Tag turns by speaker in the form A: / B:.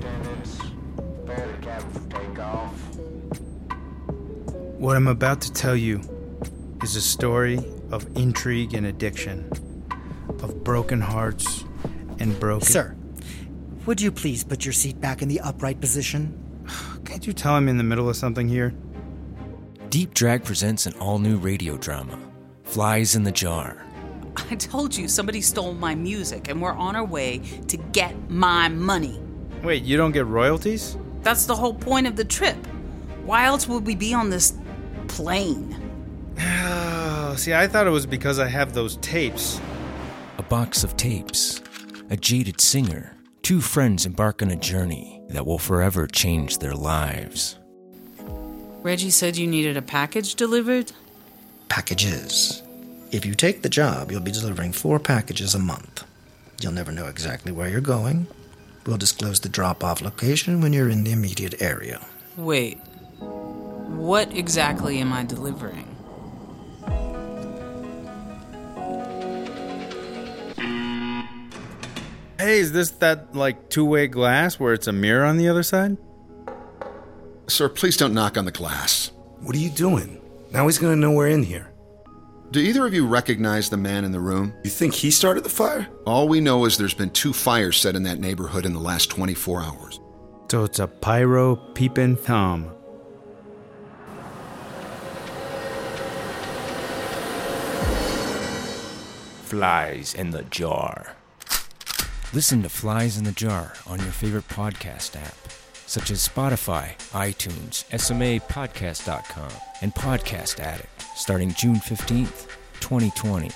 A: Yes. Prepare the cabin for takeoff.
B: What I'm about to tell you is a story of intrigue and addiction, of broken hearts and broken.
C: Sir, would you please put your seat back in the upright position?
B: Can't you tell I'm in the middle of something here?
D: Deep Drag presents an all new radio drama, Flies in the Jar.
E: I told you somebody stole my music, and we're on our way to get my money.
B: Wait, you don't get royalties?
E: That's the whole point of the trip. Why else would we be on this plane?
B: Oh, see, I thought it was because I have those tapes.
D: A box of tapes, a jaded singer, two friends embark on a journey that will forever change their lives.
E: Reggie said you needed a package delivered?
C: Packages.
F: If you take the job, you'll be delivering four packages a month. You'll never know exactly where you're going. We'll disclose the drop off location when you're in the immediate area.
E: Wait. What exactly am I delivering?
B: Hey, is this that, like, two way glass where it's a mirror on the other side?
G: Sir, please don't knock on the glass.
H: What are you doing? Now he's gonna know we're in here.
G: Do either of you recognize the man in the room?
H: You think he started the fire?
G: All we know is there's been two fires set in that neighborhood in the last 24 hours.
B: So it's a pyro peeping Tom.
D: Flies in the Jar. Listen to Flies in the Jar on your favorite podcast app, such as Spotify, iTunes, SMAPodcast.com, and Podcast Addict, starting June 15th, 2020.